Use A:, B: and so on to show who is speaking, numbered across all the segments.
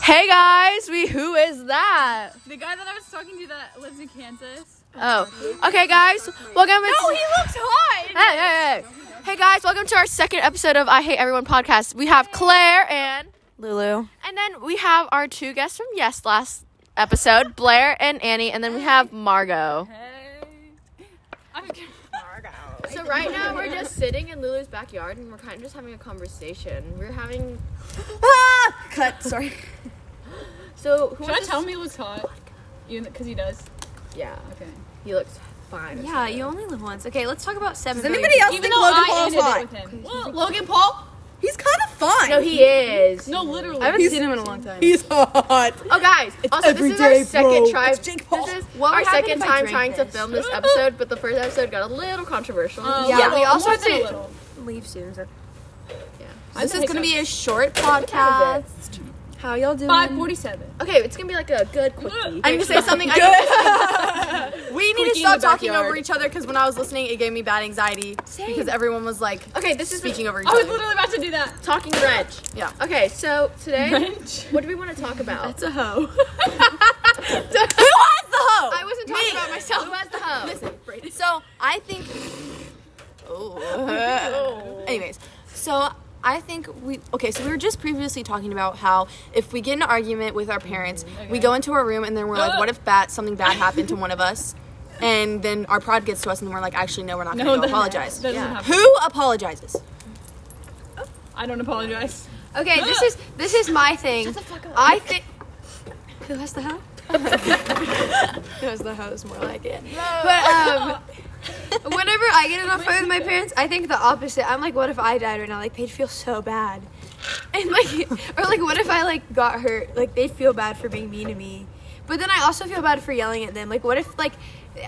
A: Hey guys, we who is that?
B: The guy that I was talking to that lives in Kansas.
A: Oh, okay guys, welcome.
B: No, he looks
A: hey,
B: hot.
A: hey, hey. hey guys, welcome to our second episode of I Hate Everyone podcast. We have Claire and
C: Lulu.
A: and then we have our two guests from yes last episode, Blair and Annie, and then we have Margot.
B: Hey. I'm kidding.
A: So right now we're just sitting in Lulu's backyard and we're kind of just having a conversation. We're having
C: Ah! Cut. Sorry.
A: so who
B: Should I tell him he looks hot? You, because he does.
A: Yeah,
B: Okay.
A: he looks fine.
C: Yeah, you only live once. Okay, let's talk about seven.
D: Does anybody else
B: Even
D: think
B: though
D: Logan
B: I
D: Paul is
B: ended
D: hot?
B: it with him. Well, Logan Paul?
D: He's kind of fun.
A: No, he is.
B: No, literally.
C: I haven't
D: He's-
C: seen him in a long time.
D: He's hot.
A: Oh, guys! also, this is our
D: everyday,
A: second
D: bro.
A: try.
D: It's Jake Paul.
A: This is
C: What
A: our
C: would happen
A: second
C: if I
A: time
C: drank
A: trying to
C: this?
A: film this episode, but the first episode got a little controversial.
B: Um,
C: Yeah,
B: well,
C: we also
B: more
C: have
B: than a
C: to-
B: little.
C: Leave soon. So.
A: Yeah.
C: This is
B: think
C: gonna
B: so.
C: be a short podcast. How y'all doing?
B: 547.
A: Okay, it's gonna be like a good quickie.
C: I'm gonna say something. I we need
D: Squeaky
C: to
D: in the
C: stop talking
D: backyard.
C: over each other because when I was listening, it gave me bad anxiety because everyone was like
A: Okay, this is oh,
C: speaking over each
B: I was
C: other.
B: literally about to do that.
A: talking wrench.
C: Yeah.
A: Okay, so today,
B: Wrench.
A: what do we want to talk about?
C: a hoe.
A: I wasn't talking about myself. Who has the hoe?
C: So I think. Oh. Anyways, so I think we okay. So we were just previously talking about how if we get in an argument with our parents, we go into our room and then we're like, "What if bad something bad happened to one of us?" And then our pride gets to us, and we're like, "Actually, no, we're not going to
B: that-
C: apologize."
B: That doesn't
A: Yeah.
B: happen.
C: Who apologizes?
B: I don't apologize.
E: Okay, this is this is my thing. I think. Who has the hoe?
C: Because the house more like it.
E: But um, whenever I get in a fight with my parents, I think the opposite. I'm like, what if I died right now? Like, they'd feel so bad, and like, or like, what if I like got hurt? Like, they'd feel bad for being mean to me. But then I also feel bad for yelling at them. Like, what if like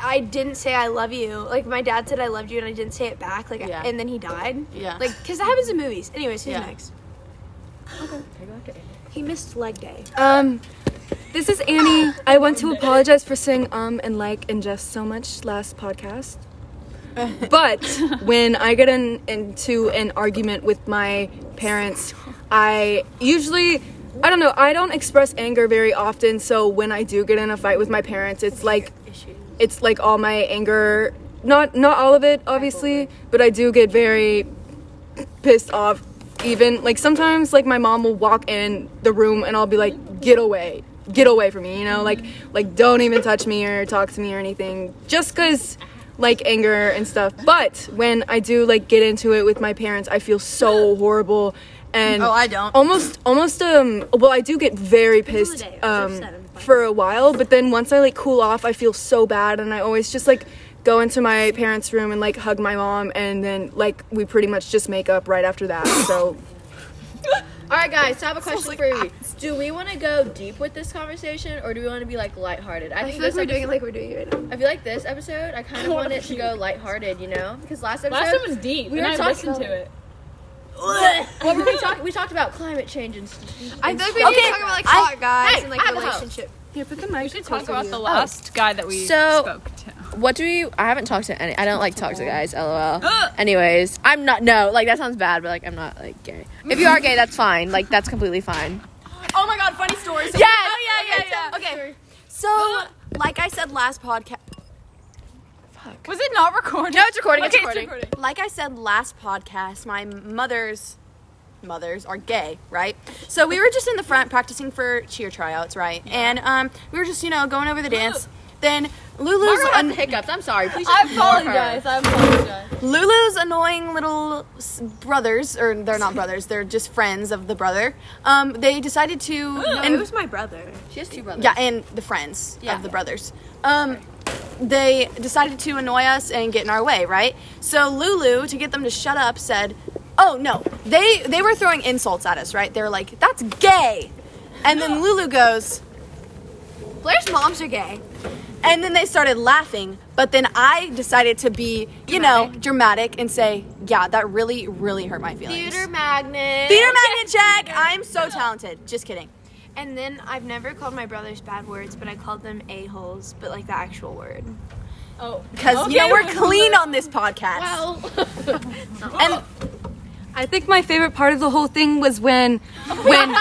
E: I didn't say I love you? Like, my dad said I loved you, and I didn't say it back. Like,
C: Yeah.
E: and then he died.
C: Yeah.
E: Like, cause that happens in movies. Anyways, who's
C: Yeah.
E: next? He missed leg day.
F: Um, this is Annie. I want to apologize for saying um and like and just so much last podcast. But when I get in, into an argument with my parents, I usually I don't know, I don't express anger very often, so when I do get in a fight with my parents, it's like it's like all my anger not not all of it obviously, but I do get very pissed off even like sometimes like my mom will walk in the room and I'll be like get away get away from me you know like like don't even touch me or talk to me or anything just cuz like anger and stuff but when I do like get into it with my parents I feel so horrible and
C: Oh, I don't.
F: almost almost um well I do get very pissed
E: day, I was
F: um
E: upset and
F: for a while but then once I like cool off I feel so bad and I always just like go into my parents room and like hug my mom and then like we pretty much just make up right after that so
A: All right, guys. So I have a question for you. Do we want to go deep with this conversation, or do we want to be like lighthearted?
E: I feel like
A: this
E: we're doing it
A: episode-
E: like we're doing it right now.
A: I feel like this episode, I kind of want it to go lighthearted, you know? Because last episode,
B: Last time was deep,
A: We
B: and
A: were
B: I
A: talking
B: listened to
A: about
B: it.
A: what were we talking? We talked about climate change and. St-
E: I feel like we need to talk about like hot guys
A: hey,
E: and
A: I
E: like
A: have a house.
E: relationship.
F: yeah put the mic should
B: Talk about the last guy that we
A: Oh. So-
B: spoke to.
A: What do you? I haven't talked to any. I don't like talk to guys. LOL.
B: Ugh.
A: Anyways, I'm not. No, like that sounds bad, but like I'm not like gay. If you are gay, that's fine. Like that's completely fine.
C: Oh my god, funny story. So
A: Yes.
E: Oh,
C: okay, so- Okay. So like I said last podcast
B: Was it not recorded?
A: No, it's recording. It's
B: Okay,
A: recording.
C: like I said last podcast, my mother's mothers are gay, right? So we were just in the front practicing for cheer tryouts, right? And um, we were just you know going over the dance. Then Lulu's
A: Margaret has
C: an-
A: hiccups. I'm sorry. Please.
B: I
A: ignore her.
B: apologize. I apologize.
C: Lulu's annoying little s- brothers, or they're not brothers, they're just friends of the brother. Um, they decided to
E: And it was my brother.
A: She has two brothers.
C: Yeah, and the friends of the brothers. Um, they decided to annoy us and get in our way, right? So Lulu, to get them to shut up, said, "Oh no, they they were throwing insults at us, right? They were like, that's gay," and then Lulu goes,
E: Blair's moms are gay.
C: and then they started laughing. But then I decided to be, you know, dramatic and say, "Yeah, that really, really hurt my feelings."
E: Theater magnet.
C: Theater magnet check. I'm so talented. Just kidding.
E: And then I've never called my brothers bad words, but I called them a holes, but like the actual word.
B: Oh,
C: Because you know we're clean on this podcast. and
F: I think my favorite part of the whole thing was when when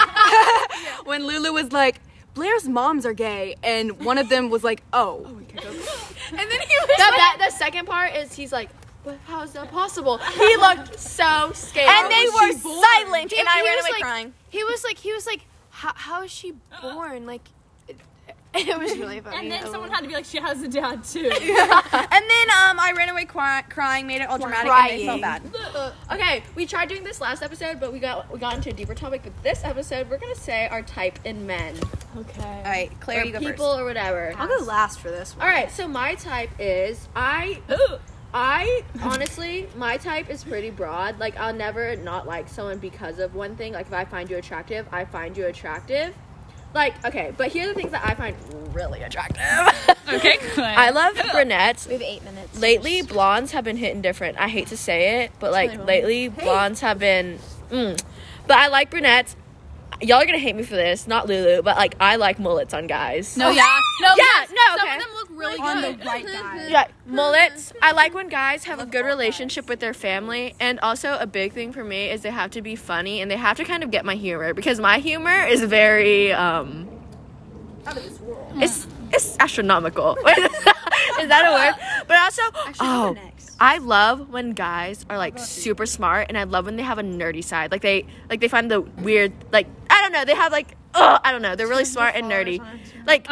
F: when Lulu Lulu was like, Blair's moms are gay, and one of them was like, oh.
B: And then he was
A: The, ba- the second part is he's like, but how is that possible? He looked so scared.
C: And they were silent,
E: Dude,
C: and I
E: he
C: ran
E: was
C: away
E: like-
C: crying.
E: He was like, he was like, how, how is she born? Like, it, it was really funny.
B: And
E: I
B: then someone
E: love
B: had to be like, she has a dad too.
C: And then um, I ran away cry- crying, made it all dramatic, and they felt bad.
A: Okay, we tried doing this last episode, but we got we got into a deeper topic. But this episode, we're gonna say our type in men,
B: okay.
C: All right, Claire,
A: or
C: you go
A: people, or whatever.
E: it. I'll go last for this one.
A: All right, so my type is I
B: Ooh.
A: I honestly, my type is pretty broad. Like, I'll never not like someone because of one thing. Like, if I find you attractive, I find you attractive. Like, okay, but here are the things that I find really attractive.
B: Okay, good.
A: I love brunettes.
E: We have eight minutes.
A: Lately, blondes have been hitting different. I hate to say it, but like lately, blondes have been. Mm. But I like brunettes. Y'all are gonna hate me for this, not Lulu, but like I like mullets on guys.
B: no, yeah. No,
A: Yeah,
B: yes.
A: no,
B: Some
A: okay.
B: of them look really
C: On the
B: good.
C: right guy.
A: Yeah, mullets. I like when guys have a good relationship with their family, and also a big thing for me is they have to be funny and they have to kind of get my humor because my humor is very um. It's it's astronomical. Wait, is that a word? But also, oh, I love when guys are like super smart, and I love when they have a nerdy side. Like they like they find the weird like I don't know. They have like oh I don't know. They're really smart and nerdy. Like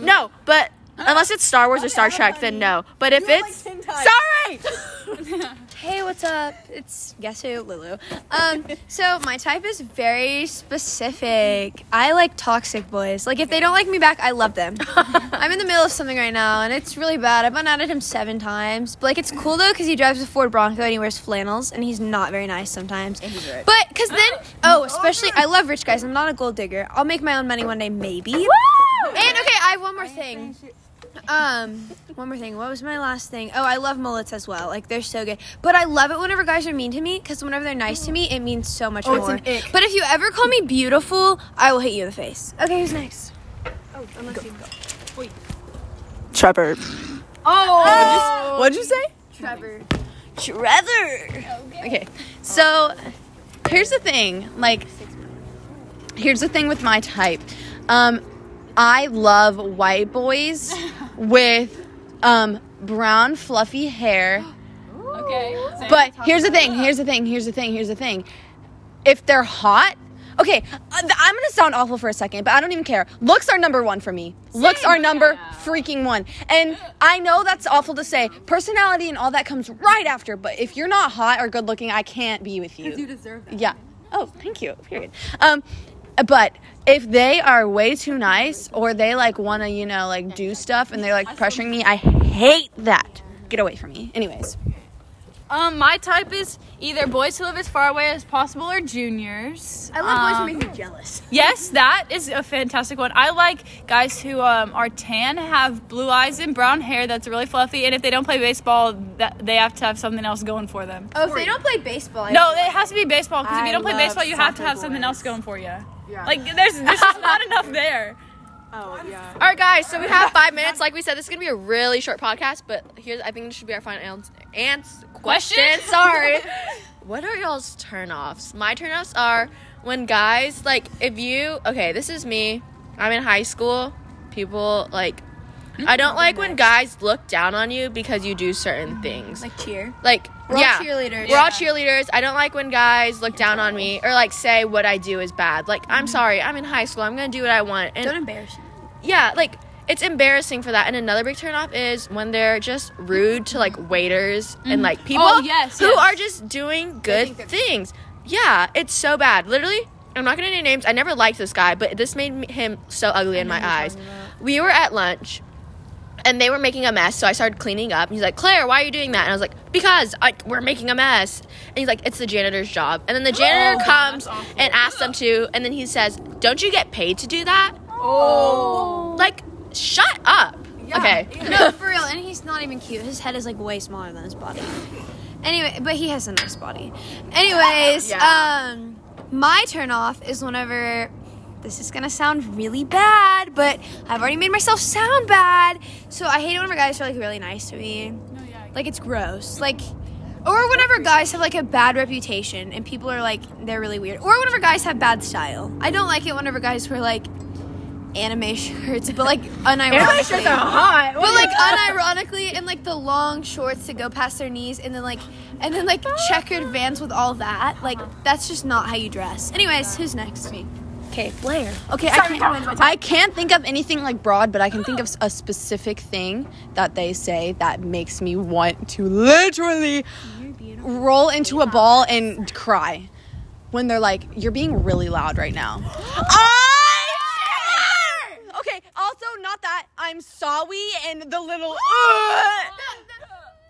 A: no, but unless it's Star Wars or Star Trek, then no. But if it's sorry,
E: Hey, what's up? It's guess who, Lulu. Um, so my type is very specific. I like toxic boys. Like if they don't like me back, I love them. I'm in the middle of something right now, and it's really bad. I've been at him seven times. But like it's cool though, because he drives a Ford Bronco and he wears flannels, and he's not very nice sometimes. And he's rich. But because then, oh, especially I love rich guys. I'm not a gold digger. I'll make my own money one day, maybe. And okay, I have one more thing. Um, one more thing. What was my last thing? Oh, I love mullets as well. Like they're so good. But I love it whenever guys are mean to me because whenever they're nice to me, it means so much more. But if you ever call me beautiful, I will hit you in the face. Okay, who's next?
D: Trevor.
E: Oh,
D: What'd you say?
E: Trevor.
C: Trevor. Okay. So here's the thing. Like, here's the thing with my type. Um, I love white boys with um, brown, fluffy hair.
B: Okay. same.
C: But here's the thing. Here's the thing. Here's the thing. Here's the thing. If they're hot, okay. uh, th- I'm gonna sound awful for a second, but I don't even care. Looks are number one for me. Looks are number freaking one. And I know that's awful to say. Personality and all that comes right after. But if you're not hot or good looking, I can't be with you. You deserve that. Yeah. Oh, thank you. Period. Um, but if they are way too nice or they like wanna, you know, like do stuff and they're like pressuring me, I hate that. Get away from me. Anyways.
B: Um, my type is either boys who live as far away as possible or juniors.
E: I love
B: Um,
E: boys who make me jealous.
B: Yes, that is a fantastic one. I like guys who um, are tan, have blue eyes and brown hair that's really fluffy, and if they don't play baseball, that they have to have something else going for them.
E: Oh, if they don't play baseball, I
B: No, it has to be baseball because if you
F: I
B: don't play
F: love
B: baseball, you have to
F: soccer
B: have something
F: boys.
B: else going for you. Like there's there's just not enough there.
F: Oh, yeah.
A: all right, guys. So we have five minutes. Like we said, this is gonna be a really short podcast, but here's I think this should be our final ans- ans- question.
B: Question?
A: Sorry. what are y'all's turnoffs? My turnoffs are when guys like if you okay, this is me. I'm in high school. People like I don't like when guys look down on you because you do certain things.
E: like cheer.
A: Like
E: We're all
A: yeah.
E: cheerleaders.
A: We're all cheerleaders. I don't like when guys look down on me or like say what I do is bad. Like I'm sorry, I'm in high school. I'm gonna do what I want. And
E: Mm-hmm. Don't embarrass you.
A: yeah, like it's embarrassing for that. And another big turnoff is when they're just rude to like waiters and
E: Mm-hmm.
A: like people
B: Oh, yes,
A: who
B: yes.
A: are just doing good things. Yeah, it's so bad. Literally, I'm not gonna name names. I never liked this guy, but this made me- him so ugly in my eyes. We were at lunch. And they were making a mess, so I started cleaning up. And he's like, "Claire, why are you doing that?" And I was like, "Because like we're making a mess." And he's like, "It's the janitor's job." And then the janitor comes and asks them to, and then he says, "Don't you get paid to do that?" Like, shut up. Okay.
E: No, for real. And he's not even cute. His head is like way smaller than his body. Anyway, but he has a nice body. Anyways, um, my turn off is whenever. This is gonna sound really bad, but I've already made myself sound bad. So I hate it whenever guys are like really nice to me.
B: No, yeah.
E: Like it's gross. Like Or whenever guys have like a bad reputation and people are like they're really weird. Or whenever guys have bad style. I don't like it whenever guys wear like anime shirts, but like
A: Anime shirts are
E: unironically.
A: hot.
E: But like unironically and like the long shorts that go past their knees and then like and then like checkered vans with all that. Like that's just not how you dress. Anyways, who's next? Me. Okay, Blair.
C: Okay, I can't, I can't think of anything like broad, but I can think of s- a specific thing that they say that makes me want to literally roll into a ball and cry when they're like, "You're being really loud right now." I swear! Okay, also not that I'm sorry and the little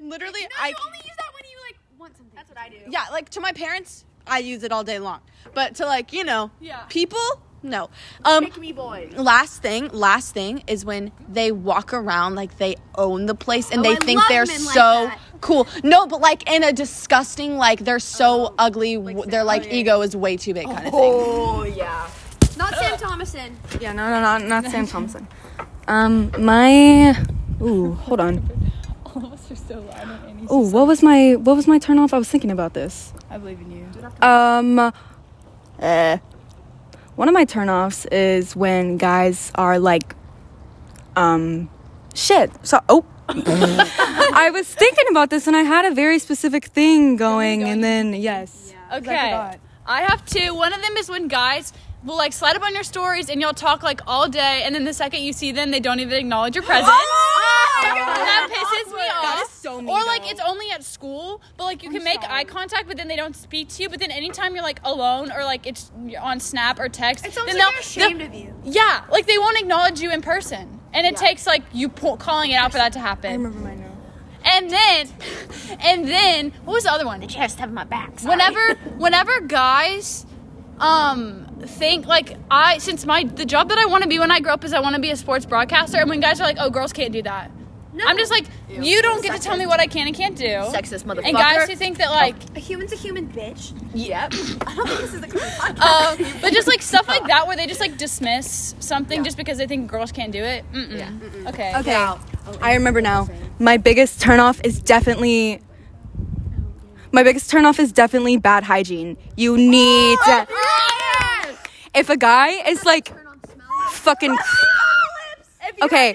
C: literally I
E: use that when you like want something. That's what I do.
C: yeah, like to my parents, I use it all day long. But to like, you know,
B: Yeah.
C: people, no. Um
A: me boys.
C: last thing, last thing is when they walk around like they own the place and
E: Oh,
C: they
E: I
C: think
E: love
C: they're
E: men like
C: so
E: that.
C: cool. No, but like in a disgusting, like they're
E: Oh,
C: so ugly, w their like ego is way too big kind of thing.
A: Oh yeah.
E: Not Sam Thomason.
F: Yeah, no, no, no, not Sam Thompson. Um, my. Ooh, hold on.
B: All of us are so loud and Annie's
F: Ooh, what was my what was my turn off? I was thinking about this.
B: I believe in you.
F: Um, eh. one of my turn offs is when guys are like, um, shit. So oh. I was thinking about this and I had a very specific thing going, and then yes.
B: Okay. I, have two. One of them is when guys will like slide up on your stories and y'all talk like all day, and then the second you see them, they don't even acknowledge your presence.
E: Oh!
B: that pisses me off.
F: That is so mean,
B: Or like
F: though.
B: it's only at school, but like you can make eye contact, but then they don't speak to you. But then anytime you're like alone or like it's you're on Snap or text,
E: It's almost
B: then
E: like they're
B: they'll-
E: ashamed of you.
B: they'll- yeah, like they won't acknowledge you in person, and it takes like you po- calling it out for that to happen. And then, and then, what was the other one? Did you have stuff in my back? Whenever, whenever guys, um, think like I, since my the job that I want to be when I grow up is I want to be a sports broadcaster, and when guys are like, oh, girls can't do that. I'm just like, you don't get to tell me what I can and can't do.
A: Sexist motherfucker.
B: And guys who think that like,
E: A human's a human, bitch.
A: Yep.
B: um, but just like stuff like that where they just like dismiss something just because they think girls can't do it. Mm-mm. Okay.
F: Okay. Oh, I remember now. My biggest turnoff is definitely. My biggest turnoff is definitely bad hygiene. You need. to- if Oh, a guy is like fucking. Okay.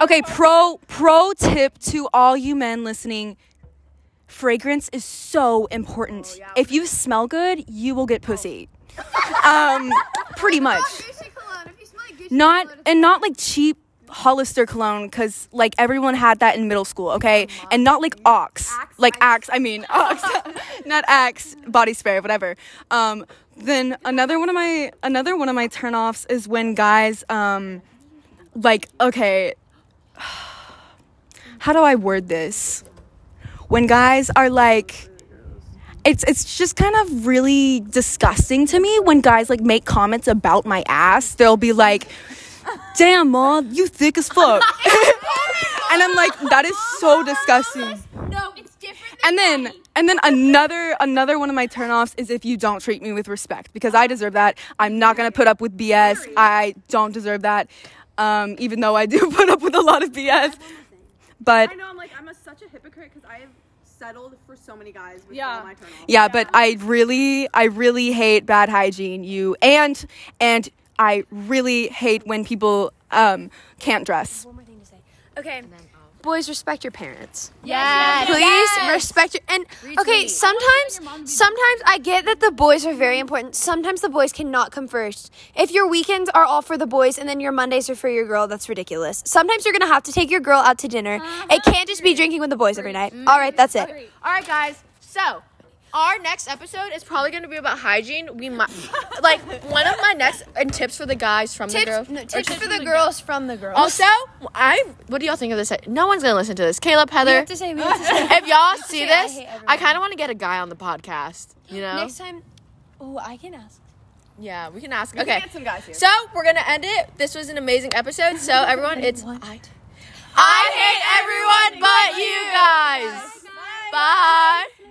F: Okay. Pro pro tip to all you men listening. Fragrance is so important. If you smell good, you will get pussy. um, pretty much not and not like cheap Hollister cologne because like everyone had that in middle school, okay? And not like Ox, like Axe. I mean Ox, not Axe body spray, whatever. Um, then another one of my another one of my turnoffs is when guys um, like okay, how do I word this? When guys are like. It's, it's just kind of really disgusting to me when guys like make comments about my ass. They'll be like, damn mom you thick as fuck and i'm like that is so disgusting
E: No, it's different.
F: and then and then another another one of my turnoffs is if you don't treat me with respect because i deserve that i'm not gonna put up with bs i don't deserve that um, even though i do put up with a lot of bs but
D: know I'm like I'm a, such a hypocrite because I have settled for so many guys with
B: Yeah.
D: all my turn
F: yeah but i really i really hate bad hygiene you and and i really hate when people um, can't dress
E: Okay. Boys, respect your parents.
B: Yes.
E: Please respect your and okay. Sometimes, sometimes I get that the boys are very important. Sometimes the boys cannot come first. If your weekends are all for the boys and then your Mondays are for your girl, that's ridiculous. Sometimes you're gonna have to take your girl out to dinner. It can't just be drinking with the boys every night. All right, that's it.
A: All right, guys. So our next episode is probably going to be about hygiene. We might like one of my next and tips for the guys from the girls.
E: Tips, no, tips for the girls from the girls.
A: Also, I what do y'all think of this? No one's gonna listen to this. Caleb, Heather,
E: say we have to say
A: if y'all see
E: say I
A: this,
E: hate
A: I,
E: everyone.
A: kind of want to get a guy on the podcast. You know?
E: next time. Oh, I can ask.
A: yeah, we can ask. okay,
D: Get some guys here.
A: so we're gonna end it. This was an amazing episode. So everyone, it's I, I hate everyone but you guys. Bye.